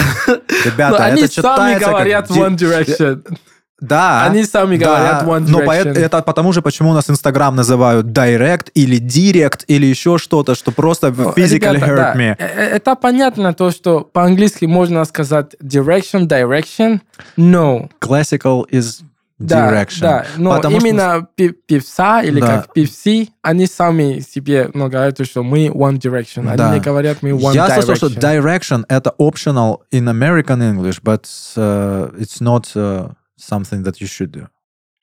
[SPEAKER 1] Ребята,
[SPEAKER 3] Ну, они
[SPEAKER 1] это
[SPEAKER 3] сами
[SPEAKER 1] читается как
[SPEAKER 3] говорят
[SPEAKER 1] ди-
[SPEAKER 3] One Direction.
[SPEAKER 1] Да.
[SPEAKER 3] Они сами
[SPEAKER 1] Да,
[SPEAKER 3] говорят One
[SPEAKER 1] но поэт-
[SPEAKER 3] Direction.
[SPEAKER 1] это потому же, почему у нас Инстаграм называют Direct или Direct или еще что-то, что просто physically
[SPEAKER 3] Ребята,
[SPEAKER 1] hurt
[SPEAKER 3] да,
[SPEAKER 1] me.
[SPEAKER 3] э- э- Это понятно, то, что по-английски можно сказать direction, direction, no.
[SPEAKER 1] Classical is
[SPEAKER 3] Да,
[SPEAKER 1] Direction.
[SPEAKER 3] Да, но
[SPEAKER 1] Потому что-
[SPEAKER 3] именно пи- певца или
[SPEAKER 1] Да.
[SPEAKER 3] как певцы, они сами себе ну, говорят, что мы One Direction. Они
[SPEAKER 1] Да.
[SPEAKER 3] не говорят, мы One
[SPEAKER 1] Я
[SPEAKER 3] Direction.
[SPEAKER 1] слышал, что direction это optional in American English, but uh, it's not uh, something that you should do.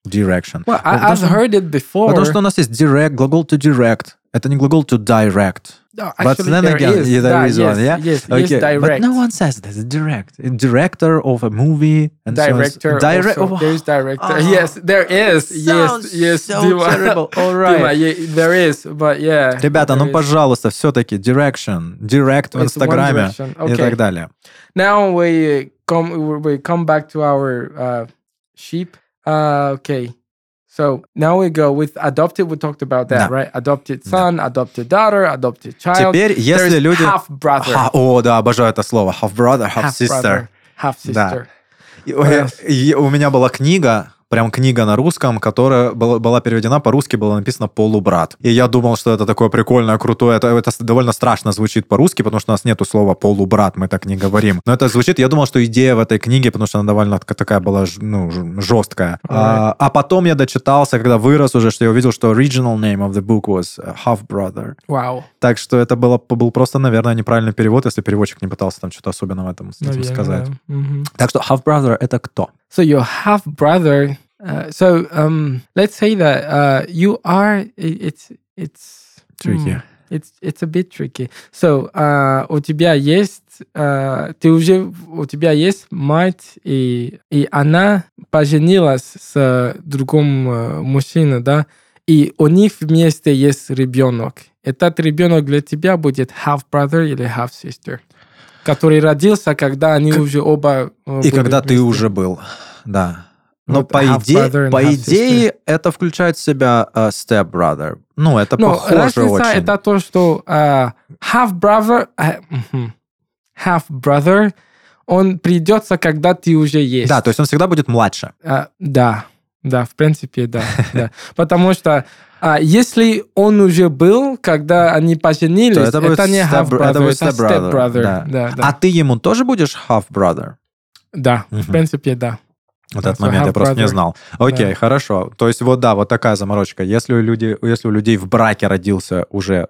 [SPEAKER 1] Direction.
[SPEAKER 3] Well, I,
[SPEAKER 1] Потому
[SPEAKER 3] I've
[SPEAKER 1] что-
[SPEAKER 3] heard it before.
[SPEAKER 1] Потому что у нас есть direct, глагол to direct. Это не глагол to direct.
[SPEAKER 3] No,
[SPEAKER 1] But
[SPEAKER 3] actually,
[SPEAKER 1] then
[SPEAKER 3] there
[SPEAKER 1] again,
[SPEAKER 3] is.
[SPEAKER 1] yeah, there
[SPEAKER 3] Да,
[SPEAKER 1] is one,
[SPEAKER 3] yes,
[SPEAKER 1] yeah?
[SPEAKER 3] Yes, yes,
[SPEAKER 1] Okay, but
[SPEAKER 3] direct.
[SPEAKER 1] no one says this. Direct, director of a movie, and so on.
[SPEAKER 3] Director.
[SPEAKER 1] Direct-
[SPEAKER 3] also.
[SPEAKER 1] Oh,
[SPEAKER 3] There is director.
[SPEAKER 1] Ah.
[SPEAKER 3] yes, there is. Yes,
[SPEAKER 1] Sounds
[SPEAKER 3] yes.
[SPEAKER 1] so
[SPEAKER 3] Dima.
[SPEAKER 1] terrible. All
[SPEAKER 3] Dima,
[SPEAKER 1] right.
[SPEAKER 3] yeah, there is, but yeah.
[SPEAKER 1] Ребята,
[SPEAKER 3] there
[SPEAKER 1] ну
[SPEAKER 3] is.
[SPEAKER 1] пожалуйста, все-таки direction, direct в
[SPEAKER 3] It's one
[SPEAKER 1] Инстаграме
[SPEAKER 3] direction.
[SPEAKER 1] и
[SPEAKER 3] Okay.
[SPEAKER 1] так далее.
[SPEAKER 3] Now we come we come back to our uh, sheep. Uh, okay, so now we go with adopted. We talked about
[SPEAKER 1] Да.
[SPEAKER 3] that, right? Adopted son, adopted daughter, adopted child.
[SPEAKER 1] Теперь, если
[SPEAKER 3] There's
[SPEAKER 1] люди...
[SPEAKER 3] half brother,
[SPEAKER 1] Ха- О, да, обожаю это слово. Half brother, half,
[SPEAKER 3] half
[SPEAKER 1] sister.
[SPEAKER 3] brother, half
[SPEAKER 1] Да.
[SPEAKER 3] sister.
[SPEAKER 1] И- э, и у меня была книга, прям книга на русском, которая была, была переведена по-русски, было написано «полубрат». И я думал, что это такое прикольное, крутое. Это, это довольно страшно звучит по-русски, потому что у нас нету слова «полубрат», мы так не говорим. Но это звучит, я думал, что идея в этой книге, потому что она довольно тка- такая была ж- ну, ж- жесткая. А, а потом я дочитался, когда вырос уже, что я увидел, что original name of the book was э, «Half Brother».
[SPEAKER 3] Wow.
[SPEAKER 1] Так что это было, был просто, наверное, неправильный перевод, если переводчик не пытался там что-то особенного в этом, с этим
[SPEAKER 3] Наверное,
[SPEAKER 1] сказать.
[SPEAKER 3] да. Мгм.
[SPEAKER 1] Так что half brother это кто?
[SPEAKER 3] So your half brother. Uh, so um, let's say that uh, you are. i- It's it's
[SPEAKER 1] Tricky.
[SPEAKER 3] hmm, It's it's a bit tricky. So uh, у тебя есть uh, ты уже у тебя есть мать и и она поженилась с другом э, мужчиной, да? И у них вместе есть ребенок. Этот ребенок для тебя будет half brother или half sister, который родился, когда они уже оба. э,
[SPEAKER 1] И
[SPEAKER 3] были
[SPEAKER 1] когда ты
[SPEAKER 3] вместе.
[SPEAKER 1] уже был, да. Но
[SPEAKER 3] Вот
[SPEAKER 1] по
[SPEAKER 3] half
[SPEAKER 1] идее,
[SPEAKER 3] brother and
[SPEAKER 1] по
[SPEAKER 3] half
[SPEAKER 1] идее это включает в себя э, step brother. Ну это
[SPEAKER 3] Ну,
[SPEAKER 1] похоже
[SPEAKER 3] разница
[SPEAKER 1] очень.
[SPEAKER 3] это то, что а, half brother, а, мгм. half brother, он придется, когда ты уже есть.
[SPEAKER 1] Да, то есть он всегда будет младше.
[SPEAKER 3] А, да, да, в принципе, да, да. Потому что а, если он уже был, когда они поженились,
[SPEAKER 1] То это
[SPEAKER 3] это,
[SPEAKER 1] будет
[SPEAKER 3] не
[SPEAKER 1] step-
[SPEAKER 3] half brother,
[SPEAKER 1] это
[SPEAKER 3] это,
[SPEAKER 1] будет step brother,
[SPEAKER 3] step brother.
[SPEAKER 1] да.
[SPEAKER 3] Да, да, да.
[SPEAKER 1] А ты ему тоже будешь half brother?
[SPEAKER 3] в
[SPEAKER 1] Мгм.
[SPEAKER 3] принципе, да.
[SPEAKER 1] Вот
[SPEAKER 3] Да,
[SPEAKER 1] этот
[SPEAKER 3] so
[SPEAKER 1] момент я
[SPEAKER 3] half
[SPEAKER 1] просто не
[SPEAKER 3] brother.
[SPEAKER 1] знал. Окей, хорошо. То есть вот да, вот такая заморочка. Если у люди, если у людей в браке родился уже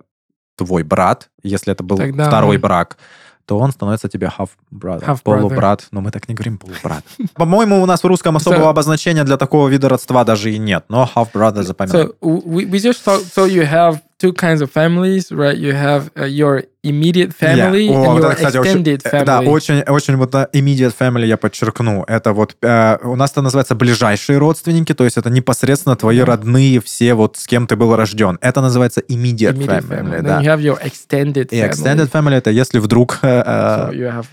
[SPEAKER 1] твой брат, если это был
[SPEAKER 3] Тогда
[SPEAKER 1] второй
[SPEAKER 3] он-
[SPEAKER 1] брак, то он становится тебе half brother,
[SPEAKER 3] Half brother.
[SPEAKER 1] полубрат. Но мы так не говорим полубрат. По-моему, у нас в русском особого
[SPEAKER 3] So-
[SPEAKER 1] обозначения для такого вида родства даже и нет. Но half brother запоминай.
[SPEAKER 3] So we, we just talked. So you have two kinds of families, right? You have uh, your immediate family
[SPEAKER 1] Yeah. О,
[SPEAKER 3] and
[SPEAKER 1] вот
[SPEAKER 3] your
[SPEAKER 1] это, кстати, очень-
[SPEAKER 3] extended
[SPEAKER 1] э,
[SPEAKER 3] family.
[SPEAKER 1] Да, очень, очень вот на immediate family я подчеркну. Это вот э, у нас это называется ближайшие родственники, то есть это непосредственно твои родные, все вот с кем ты был рожден. Это называется immediate,
[SPEAKER 3] immediate
[SPEAKER 1] family,
[SPEAKER 3] family.
[SPEAKER 1] да.
[SPEAKER 3] Then you have your extended
[SPEAKER 1] И
[SPEAKER 3] family.
[SPEAKER 1] extended family это если вдруг э, э,
[SPEAKER 3] So you have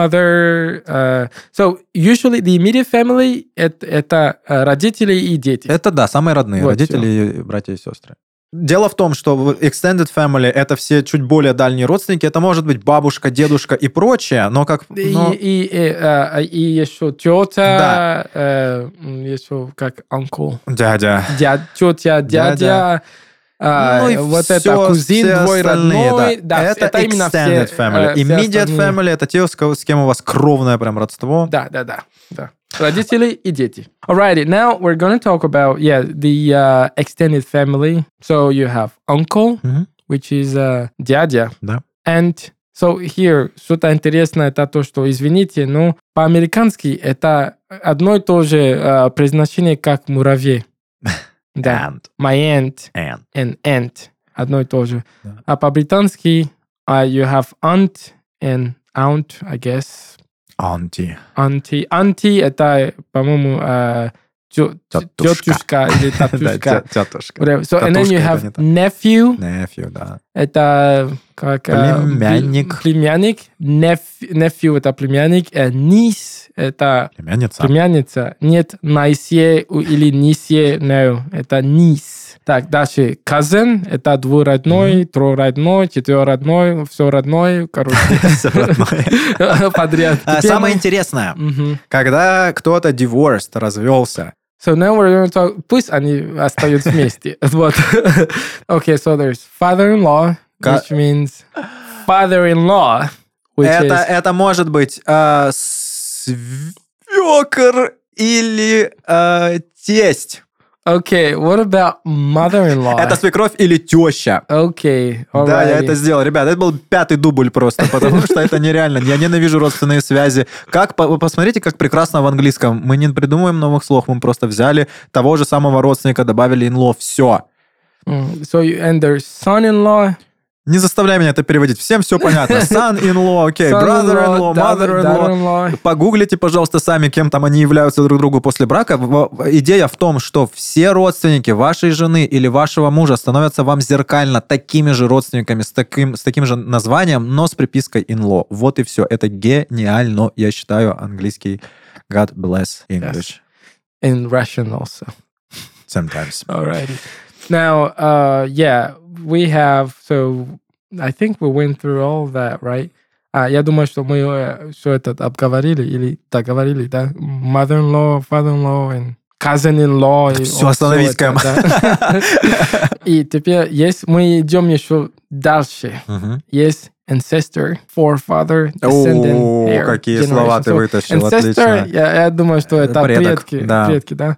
[SPEAKER 3] grandmother. Uh, so usually the immediate family это, это э, родители и дети.
[SPEAKER 1] Это да, самые родные
[SPEAKER 3] Вот
[SPEAKER 1] родители, и братья и сестры. Дело в том, что в extended family это все чуть более дальние родственники. Это может быть бабушка, дедушка и прочее, но как
[SPEAKER 3] И,
[SPEAKER 1] но-
[SPEAKER 3] и, и, э, и еще тетя, э, м, еще как uncle,
[SPEAKER 1] дядя.
[SPEAKER 3] дядя, тетя, дядя, а,
[SPEAKER 1] Ну и
[SPEAKER 3] вот
[SPEAKER 1] всё,
[SPEAKER 3] это кузин,
[SPEAKER 1] все
[SPEAKER 3] двое
[SPEAKER 1] остальные,
[SPEAKER 3] родной,
[SPEAKER 1] да.
[SPEAKER 3] да,
[SPEAKER 1] это,
[SPEAKER 3] именно все,
[SPEAKER 1] extended family.
[SPEAKER 3] э, все
[SPEAKER 1] Immediate
[SPEAKER 3] остальные.
[SPEAKER 1] family это те, с кого- с кем у вас кровное прям родство.
[SPEAKER 3] Да, да, да, да. Родители и дети. Alrighty, now we're gonna talk about yeah the uh, extended family. So you have uncle,
[SPEAKER 1] Мгм.
[SPEAKER 3] which is uh, дядя.
[SPEAKER 1] Да.
[SPEAKER 3] And so here что-то интересное это то, что извините, но по-американски это одно и то же э, произношение, как муравей. Да.
[SPEAKER 1] And,
[SPEAKER 3] My aunt
[SPEAKER 1] and.
[SPEAKER 3] and aunt одно и то же.
[SPEAKER 1] Да.
[SPEAKER 3] А по-британски uh, you have aunt and aunt, I guess.
[SPEAKER 1] Auntie.
[SPEAKER 3] Анти. Анти это, по-моему, э, тё- тё-
[SPEAKER 1] Тётушка.
[SPEAKER 3] тетушка или
[SPEAKER 1] Да,
[SPEAKER 3] татушка.
[SPEAKER 1] тя- тетушка.
[SPEAKER 3] Whatever. So, and then
[SPEAKER 1] Татушка
[SPEAKER 3] you
[SPEAKER 1] это
[SPEAKER 3] have
[SPEAKER 1] не так.
[SPEAKER 3] nephew.
[SPEAKER 1] Nephew, да.
[SPEAKER 3] Это как... э,
[SPEAKER 1] Племянник.
[SPEAKER 3] пл- Племянник. Nef- Nephew это племянник. Э, Niece это
[SPEAKER 1] Племянница.
[SPEAKER 3] племянница. Нет, найсе у- или нисе, no. Это низ. Так, дальше. Cousin это двуродной, трородной, четверородной, все родной, короче,
[SPEAKER 1] Всё родное.
[SPEAKER 3] подряд.
[SPEAKER 1] А,
[SPEAKER 3] Теперь
[SPEAKER 1] Самое
[SPEAKER 3] мы-
[SPEAKER 1] интересное,
[SPEAKER 3] Мгм.
[SPEAKER 1] когда кто-то divorced, развелся,
[SPEAKER 3] So now we're going to talk. Пусть они остаются вместе. Вот. Okay, so there's father-in-law,
[SPEAKER 1] Ка-
[SPEAKER 3] which means father-in-law, which
[SPEAKER 1] это,
[SPEAKER 3] is
[SPEAKER 1] это может быть э, свекр или э, тесть.
[SPEAKER 3] okay. What about mother-in-law?
[SPEAKER 1] Это свекровь или теща.
[SPEAKER 3] okay.
[SPEAKER 1] Да, я
[SPEAKER 3] alrighty.
[SPEAKER 1] это сделал. Ребят, это был пятый дубль просто, потому что это нереально. Я ненавижу родственные связи. Как, по- посмотрите, как прекрасно в английском. Мы не придумываем новых слов, мы просто взяли того же самого родственника, добавили in-law, все.
[SPEAKER 3] Mm. So you, and their son-in-law.
[SPEAKER 1] Не заставляй меня это переводить. Всем все понятно. Son-in-law, окей, brother-in-law,
[SPEAKER 3] son-in-law, daughter-
[SPEAKER 1] mother-in-law.
[SPEAKER 3] daughter-in-law.
[SPEAKER 1] Погуглите, пожалуйста, сами, кем там они являются друг другу после брака. В- Идея в том, что все родственники вашей жены или вашего мужа становятся вам зеркально такими же родственниками, с таким, с таким же названием, но с припиской in-law. Вот и все. Это гениально, я считаю, английский God bless English.
[SPEAKER 3] In Russian also.
[SPEAKER 1] Sometimes.
[SPEAKER 3] Alrighty. Now, uh, yeah, we have. So I think we went through all that, right? Ah, А, я думаю, что мы э, все это обговорили или договорили, да? Mother-in-law, father-in-law, and cousin-in-law. и
[SPEAKER 1] Всё,
[SPEAKER 3] вот
[SPEAKER 1] остановись,
[SPEAKER 3] всё это,
[SPEAKER 1] Кэм.
[SPEAKER 3] да. И теперь есть, мы идем еще дальше.
[SPEAKER 1] Мгм.
[SPEAKER 3] Есть ancestor, forefather, descendant,
[SPEAKER 1] О,
[SPEAKER 3] heir,
[SPEAKER 1] какие
[SPEAKER 3] generation.
[SPEAKER 1] слова ты
[SPEAKER 3] So
[SPEAKER 1] вытащил,
[SPEAKER 3] Ancestor,
[SPEAKER 1] отлично.
[SPEAKER 3] я, я думаю, что это
[SPEAKER 1] Предок,
[SPEAKER 3] предки,
[SPEAKER 1] да.
[SPEAKER 3] предки, да.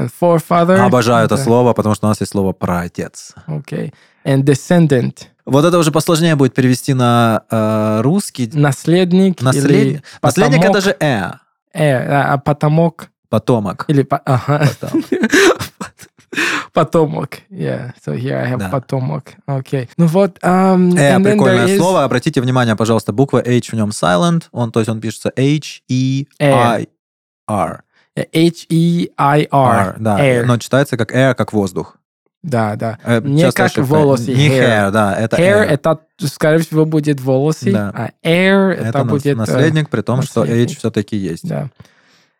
[SPEAKER 3] And forefather.
[SPEAKER 1] Обожаю это
[SPEAKER 3] да.
[SPEAKER 1] слово, потому что у нас есть слово «праотец».
[SPEAKER 3] Окей. And descendant.
[SPEAKER 1] Вот это уже посложнее будет перевести на э, русский.
[SPEAKER 3] Наследник
[SPEAKER 1] Наследник,
[SPEAKER 3] или
[SPEAKER 1] наследник
[SPEAKER 3] потомок.
[SPEAKER 1] это же «э»,
[SPEAKER 3] Э, а, а потомок
[SPEAKER 1] потомок.
[SPEAKER 3] или по- ага.
[SPEAKER 1] Потом.
[SPEAKER 3] потомок. Yeah, so here I have
[SPEAKER 1] Да.
[SPEAKER 3] потомок. Окей. Ну вот. um,
[SPEAKER 1] Э,
[SPEAKER 3] and then there
[SPEAKER 1] прикольное
[SPEAKER 3] is-
[SPEAKER 1] слово. Обратите внимание, пожалуйста, буква H в нем silent. Он, то есть он пишется H-E-I-R.
[SPEAKER 3] H-E-I-R.
[SPEAKER 1] R, да.
[SPEAKER 3] Air.
[SPEAKER 1] Но читается как air, как воздух.
[SPEAKER 3] Да, да.
[SPEAKER 1] Э,
[SPEAKER 3] Не
[SPEAKER 1] частая
[SPEAKER 3] как
[SPEAKER 1] ошибка.
[SPEAKER 3] волосы,
[SPEAKER 1] Не
[SPEAKER 3] hair.
[SPEAKER 1] hair, да, это
[SPEAKER 3] Hair
[SPEAKER 1] air.
[SPEAKER 3] это, скорее всего, будет волосы,
[SPEAKER 1] Да.
[SPEAKER 3] а air это,
[SPEAKER 1] Это нас-
[SPEAKER 3] будет... э,
[SPEAKER 1] наследник, при том, что
[SPEAKER 3] наследник.
[SPEAKER 1] H все-таки есть.
[SPEAKER 3] Yeah,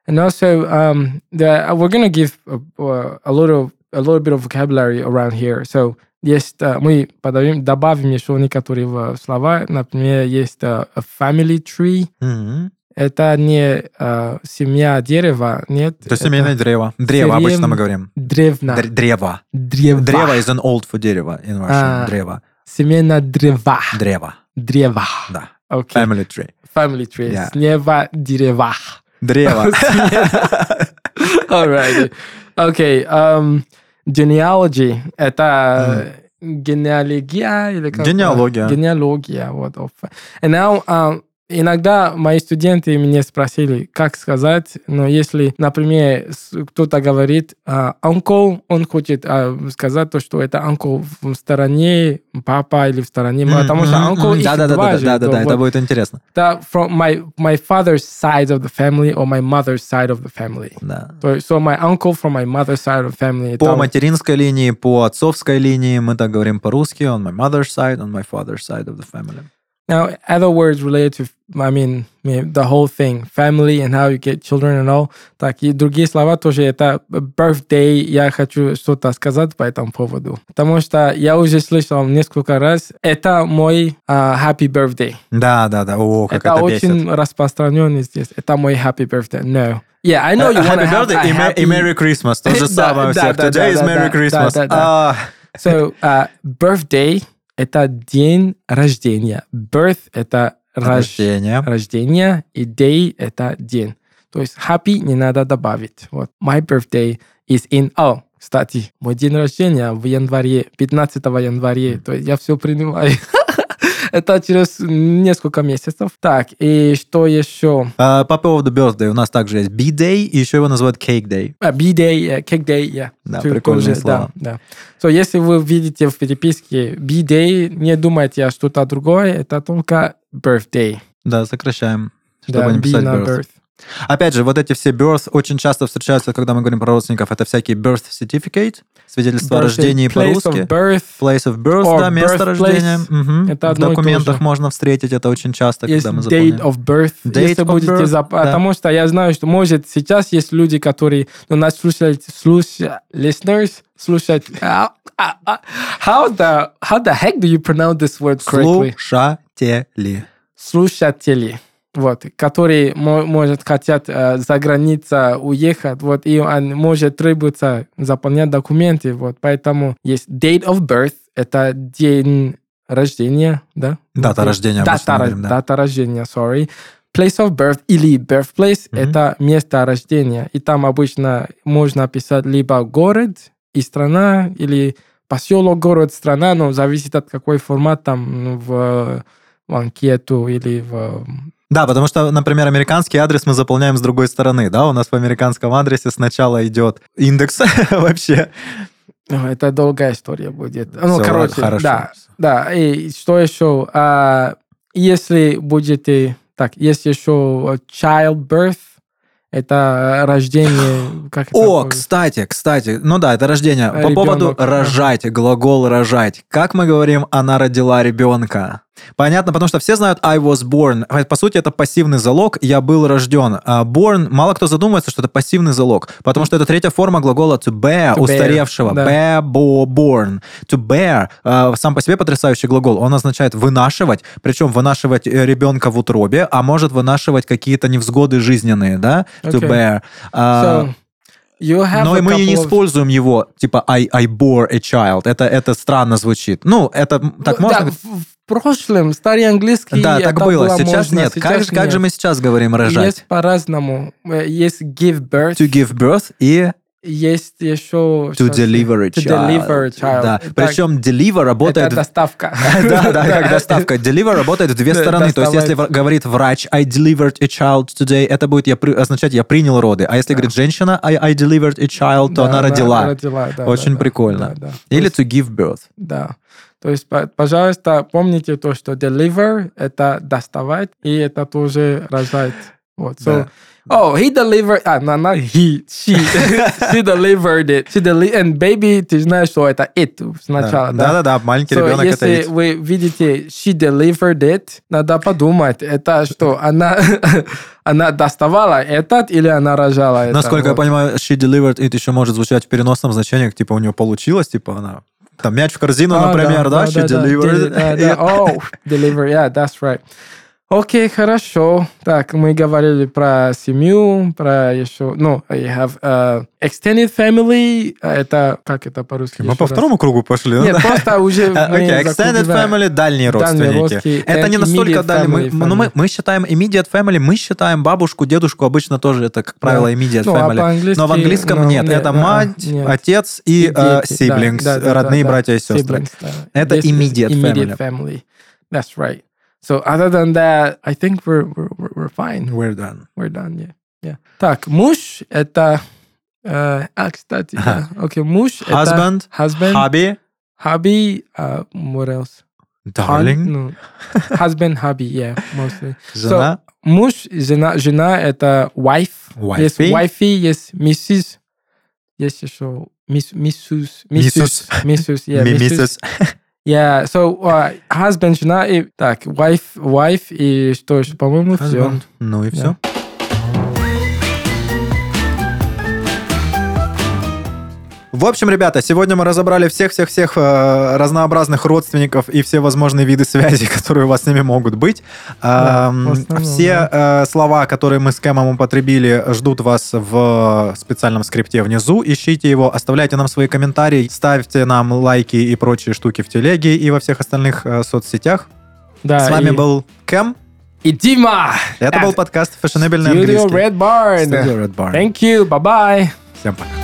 [SPEAKER 3] and also um, the, uh, we're gonna give a, uh, a little a little bit of vocabulary around here. So есть uh, мы подавим, добавим еще некоторые в- э, слова. Например, есть uh, a family tree.
[SPEAKER 1] Мгм.
[SPEAKER 3] Это не uh, семья дерева, нет.
[SPEAKER 1] То есть семейное древо. Древо
[SPEAKER 3] Дерев-
[SPEAKER 1] обычно мы говорим.
[SPEAKER 3] древна.
[SPEAKER 1] Др- Древо.
[SPEAKER 3] Древа.
[SPEAKER 1] Древо is an old for дерево in Russian.
[SPEAKER 3] А.
[SPEAKER 1] Древо.
[SPEAKER 3] Семейное древа.
[SPEAKER 1] Древо.
[SPEAKER 3] Древа.
[SPEAKER 1] Да.
[SPEAKER 3] Окей.
[SPEAKER 1] Family tree.
[SPEAKER 3] Family tree.
[SPEAKER 1] Yeah.
[SPEAKER 3] Слева дерева.
[SPEAKER 1] Древо.
[SPEAKER 3] Alrighty. Okay. Um, genealogy. Это генеалогия или как?
[SPEAKER 1] Генеалогия.
[SPEAKER 3] Генеалогия. Вот. And now, um, иногда мои студенты меня спросили, как сказать, но если, например, с- кто-то говорит а, uncle, он хочет а, сказать то, что это uncle в стороне папа или в стороне мама, потому что uncle их
[SPEAKER 1] да, да, да,
[SPEAKER 3] два
[SPEAKER 1] да,
[SPEAKER 3] же,
[SPEAKER 1] да, да,
[SPEAKER 3] то
[SPEAKER 1] да, это
[SPEAKER 3] вот
[SPEAKER 1] будет интересно.
[SPEAKER 3] это from my, my father's side of the family or my mother's side of the family.
[SPEAKER 1] Да.
[SPEAKER 3] So, so my uncle from my mother's side of the family.
[SPEAKER 1] По
[SPEAKER 3] там-
[SPEAKER 1] материнской линии, по отцовской линии мы так говорим по-русски. On my mother's side, on my father's side of the family.
[SPEAKER 3] Now, other words related to, I mean, me- the whole thing, family and how you get children and all. Так, и другие слова тоже это birthday. Я хочу что-то сказать по этому поводу. Потому что я уже слышал несколько раз, это мой а, happy birthday.
[SPEAKER 1] Да, да, да. О, как это,
[SPEAKER 3] это,
[SPEAKER 1] бесит.
[SPEAKER 3] очень распространенный здесь. Это мой happy birthday. No. Yeah, I know ну, you
[SPEAKER 1] Э, Happy
[SPEAKER 3] wanna have
[SPEAKER 1] birthday
[SPEAKER 3] a
[SPEAKER 1] и ме- и
[SPEAKER 3] happy-
[SPEAKER 1] Merry Christmas. То же
[SPEAKER 3] Да,
[SPEAKER 1] самое у
[SPEAKER 3] да,
[SPEAKER 1] всех.
[SPEAKER 3] да,
[SPEAKER 1] Today is
[SPEAKER 3] да,
[SPEAKER 1] Merry
[SPEAKER 3] да,
[SPEAKER 1] Christmas.
[SPEAKER 3] да, да, да.
[SPEAKER 1] А,
[SPEAKER 3] So, uh, birthday – это день рождения. Birth – это рождение.
[SPEAKER 1] Рождение.
[SPEAKER 3] рождение, и day – это день. То есть happy не надо добавить. Вот. My birthday is in... Oh, кстати, мой день рождения в январе, 15 января. То есть я все принимаю. Это через несколько месяцев. Так, и что еще?
[SPEAKER 1] А, По поводу birthday у нас также есть B-Day, и еще его называют Cake Day.
[SPEAKER 3] А, B-Day, э, Cake Day, yeah.
[SPEAKER 1] Да,
[SPEAKER 3] Ту-
[SPEAKER 1] прикольные
[SPEAKER 3] тоже,
[SPEAKER 1] слова.
[SPEAKER 3] Да, да. So, если вы видите в переписке B-Day, не думайте о что-то другое, это только birthday.
[SPEAKER 1] Да, сокращаем, чтобы
[SPEAKER 3] Да,
[SPEAKER 1] не
[SPEAKER 3] B
[SPEAKER 1] писать
[SPEAKER 3] на
[SPEAKER 1] birth.
[SPEAKER 3] birth.
[SPEAKER 1] Опять же, вот эти все birth очень часто встречаются, когда мы говорим про родственников. Это всякие birth certificate, свидетельство о
[SPEAKER 3] Birthday,
[SPEAKER 1] рождении
[SPEAKER 3] place
[SPEAKER 1] по-рusски.
[SPEAKER 3] of birth.
[SPEAKER 1] Place of birth,
[SPEAKER 3] Or
[SPEAKER 1] да, место
[SPEAKER 3] birthplace.
[SPEAKER 1] рождения. Мгм.
[SPEAKER 3] Это
[SPEAKER 1] в
[SPEAKER 3] одно и то
[SPEAKER 1] документах
[SPEAKER 3] же.
[SPEAKER 1] можно встретить это очень часто,
[SPEAKER 3] Есть
[SPEAKER 1] когда мы
[SPEAKER 3] date
[SPEAKER 1] заполняем.
[SPEAKER 3] of birth.
[SPEAKER 1] Date
[SPEAKER 3] если
[SPEAKER 1] of
[SPEAKER 3] будете
[SPEAKER 1] birth,
[SPEAKER 3] зап-
[SPEAKER 1] да.
[SPEAKER 3] Потому что я знаю, что, может, сейчас есть люди, которые ну, нас слушают, слушают, listeners, слушают. А, а, а. How the, how the heck do you pronounce this word correctly?
[SPEAKER 1] Слушатели.
[SPEAKER 3] слушатели, вот, которые, мо- может, хотят э, за границу уехать, вот, и он, может требуется заполнять документы, вот, поэтому есть date of birth, это день рождения, да?
[SPEAKER 1] Дата
[SPEAKER 3] День-
[SPEAKER 1] рождения обычно
[SPEAKER 3] Ну, Дата,
[SPEAKER 1] говорим, да.
[SPEAKER 3] дата рождения, sorry. Place of birth или birthplace
[SPEAKER 1] Мгм.
[SPEAKER 3] это место рождения. И там обычно можно писать либо город и страна, или поселок, город, страна, но зависит от какой формат там ну, в, в анкету или в...
[SPEAKER 1] Да, потому что, например, американский адрес мы заполняем с другой стороны, да, у нас в американском адресе сначала идет индекс вообще,
[SPEAKER 3] Ну, Это долгая история будет. Ну,
[SPEAKER 1] Всё,
[SPEAKER 3] короче,
[SPEAKER 1] хорошо.
[SPEAKER 3] да. Да, и что еще? А, если будете... Так, есть еще childbirth, это э, рождение... Как это
[SPEAKER 1] О,
[SPEAKER 3] будет?
[SPEAKER 1] кстати, кстати, ну да, это рождение. По
[SPEAKER 3] Ребенок,
[SPEAKER 1] поводу
[SPEAKER 3] да.
[SPEAKER 1] рожать, глагол рожать. Как мы говорим, она родила ребенка. Понятно, потому что все знают I was born. А По сути, это пассивный залог, я был рожден. А Born, мало кто задумывается, что это пассивный залог, потому что это третья форма глагола to bear,
[SPEAKER 3] To bear,
[SPEAKER 1] устаревшего.
[SPEAKER 3] да.
[SPEAKER 1] Bear, bo- born. To bear, э, сам по себе потрясающий глагол, он означает вынашивать, причем вынашивать э, ребенка в утробе, а может вынашивать какие-то невзгоды жизненные, да? To
[SPEAKER 3] Окей.
[SPEAKER 1] bear. А,
[SPEAKER 3] So, you have
[SPEAKER 1] но
[SPEAKER 3] a
[SPEAKER 1] мы не
[SPEAKER 3] couple of-
[SPEAKER 1] используем его, типа I, I bore a child. Это, это странно звучит. Ну, это м, так
[SPEAKER 3] Ну,
[SPEAKER 1] можно...
[SPEAKER 3] да, в, в прошлом старый английский...
[SPEAKER 1] Да, так
[SPEAKER 3] это
[SPEAKER 1] было.
[SPEAKER 3] было
[SPEAKER 1] Сейчас
[SPEAKER 3] можно,
[SPEAKER 1] нет. Как,
[SPEAKER 3] сейчас
[SPEAKER 1] же- как же
[SPEAKER 3] нет.
[SPEAKER 1] мы сейчас говорим
[SPEAKER 3] Есть
[SPEAKER 1] рожать?
[SPEAKER 3] по-разному. Э, Есть give birth,
[SPEAKER 1] To give birth и
[SPEAKER 3] есть еще...
[SPEAKER 1] to
[SPEAKER 3] щас-
[SPEAKER 1] deliver a
[SPEAKER 3] To
[SPEAKER 1] child.
[SPEAKER 3] deliver a child.
[SPEAKER 1] Да.
[SPEAKER 3] Так,
[SPEAKER 1] Причем deliver работает...
[SPEAKER 3] Это доставка.
[SPEAKER 1] Да, да, как доставка. Deliver работает в две
[SPEAKER 3] Да,
[SPEAKER 1] стороны. То есть, если
[SPEAKER 3] доставать.
[SPEAKER 1] вра- говорит врач I delivered a child today, это будет я при- означать я принял роды. А если говорит женщина I, I delivered a child, то
[SPEAKER 3] Да,
[SPEAKER 1] она родила.
[SPEAKER 3] родила, да,
[SPEAKER 1] Очень
[SPEAKER 3] да, да.
[SPEAKER 1] прикольно.
[SPEAKER 3] Да, да.
[SPEAKER 1] Или to give birth.
[SPEAKER 3] Да. То есть, п- пожалуйста, помните то, что deliver — это доставать, и это тоже рожать. Вот. So, Oh, he delivered... А, no, not he, she. she delivered it. She deli- and baby, ты знаешь, что это it сначала, да?
[SPEAKER 1] Да, да, да, маленький
[SPEAKER 3] So,
[SPEAKER 1] ребенок это
[SPEAKER 3] если
[SPEAKER 1] ведь-
[SPEAKER 3] вы видите she delivered it, надо подумать, это что, она, она доставала этот или она рожала это?
[SPEAKER 1] Насколько я
[SPEAKER 3] Вот.
[SPEAKER 1] понимаю, she delivered it еще может звучать в переносном значении, типа у нее получилось, типа она там мяч в корзину,
[SPEAKER 3] А,
[SPEAKER 1] Ну, например, да, she delivered
[SPEAKER 3] да,
[SPEAKER 1] it.
[SPEAKER 3] да. Oh, deliver, yeah, that's right. Окей, хорошо. Так, мы говорили про семью, про еще, ну, I have э, extended family, а это, как это по-русски?
[SPEAKER 1] Мы
[SPEAKER 3] еще
[SPEAKER 1] по
[SPEAKER 3] раз?
[SPEAKER 1] второму кругу пошли.
[SPEAKER 3] Нет,
[SPEAKER 1] да?
[SPEAKER 3] просто уже
[SPEAKER 1] Э,
[SPEAKER 3] мы
[SPEAKER 1] Окей, extended
[SPEAKER 3] закругляем.
[SPEAKER 1] family, дальние родственники.
[SPEAKER 3] родственники,
[SPEAKER 1] Это
[SPEAKER 3] and
[SPEAKER 1] не настолько
[SPEAKER 3] immediate
[SPEAKER 1] дальние. Мы-
[SPEAKER 3] family,
[SPEAKER 1] Ну, мы
[SPEAKER 3] family.
[SPEAKER 1] мы считаем immediate family, мы считаем бабушку, дедушку, обычно тоже это, как правило, immediate
[SPEAKER 3] Ну, а
[SPEAKER 1] family.
[SPEAKER 3] по-английски,
[SPEAKER 1] Но в английском
[SPEAKER 3] ну,
[SPEAKER 1] нет.
[SPEAKER 3] нет,
[SPEAKER 1] Это
[SPEAKER 3] а,
[SPEAKER 1] мать,
[SPEAKER 3] нет.
[SPEAKER 1] отец и э,
[SPEAKER 3] дети, да,
[SPEAKER 1] siblings,
[SPEAKER 3] да, да,
[SPEAKER 1] родные
[SPEAKER 3] да, да.
[SPEAKER 1] братья и сестры.
[SPEAKER 3] Siblings, да.
[SPEAKER 1] Это
[SPEAKER 3] This is
[SPEAKER 1] immediate
[SPEAKER 3] immediate
[SPEAKER 1] family.
[SPEAKER 3] family. That's right. So other than that, I think we're we're we're- we're fine.
[SPEAKER 1] We're done.
[SPEAKER 3] We're done. Yeah. yeah. Так, муж это э, а кстати, да. окей, муж
[SPEAKER 1] Husband,
[SPEAKER 3] это husband,
[SPEAKER 1] hobby,
[SPEAKER 3] hobby, uh, what else?
[SPEAKER 1] darling,
[SPEAKER 3] Ну, husband, hobby, yeah, mostly.
[SPEAKER 1] жена.
[SPEAKER 3] Муж, жена, жена это euh, wife.
[SPEAKER 1] Wifey.
[SPEAKER 3] Есть wifey, есть миссис, есть еще мисс, миссус, миссус, миссус, yeah,
[SPEAKER 1] ми-
[SPEAKER 3] миссис.
[SPEAKER 1] миссис.
[SPEAKER 3] Yeah, so uh, husband, жена и так, wife, wife и что еще, по-моему, все.
[SPEAKER 1] Husband. Ну и все.
[SPEAKER 3] Да.
[SPEAKER 1] В общем, ребята, сегодня мы разобрали всех-всех-всех э, разнообразных родственников и все возможные виды связи, которые у вас с ними могут быть.
[SPEAKER 3] Да,
[SPEAKER 1] Эм,
[SPEAKER 3] в основном,
[SPEAKER 1] все э, слова, которые мы с Кэмом употребили, ждут вас в специальном скрипте внизу. Ищите его, оставляйте нам свои комментарии, ставьте нам лайки и прочие штуки в телеге и во всех остальных э, соцсетях.
[SPEAKER 3] Да,
[SPEAKER 1] с вами
[SPEAKER 3] и-
[SPEAKER 1] был Кэм.
[SPEAKER 3] и Дима.
[SPEAKER 1] Это был подкаст «Фешенебельный
[SPEAKER 3] Studio
[SPEAKER 1] английский».
[SPEAKER 3] Red Barn.
[SPEAKER 1] Studio Red Barn.
[SPEAKER 3] Thank you. Bye bye.
[SPEAKER 1] Всем пока.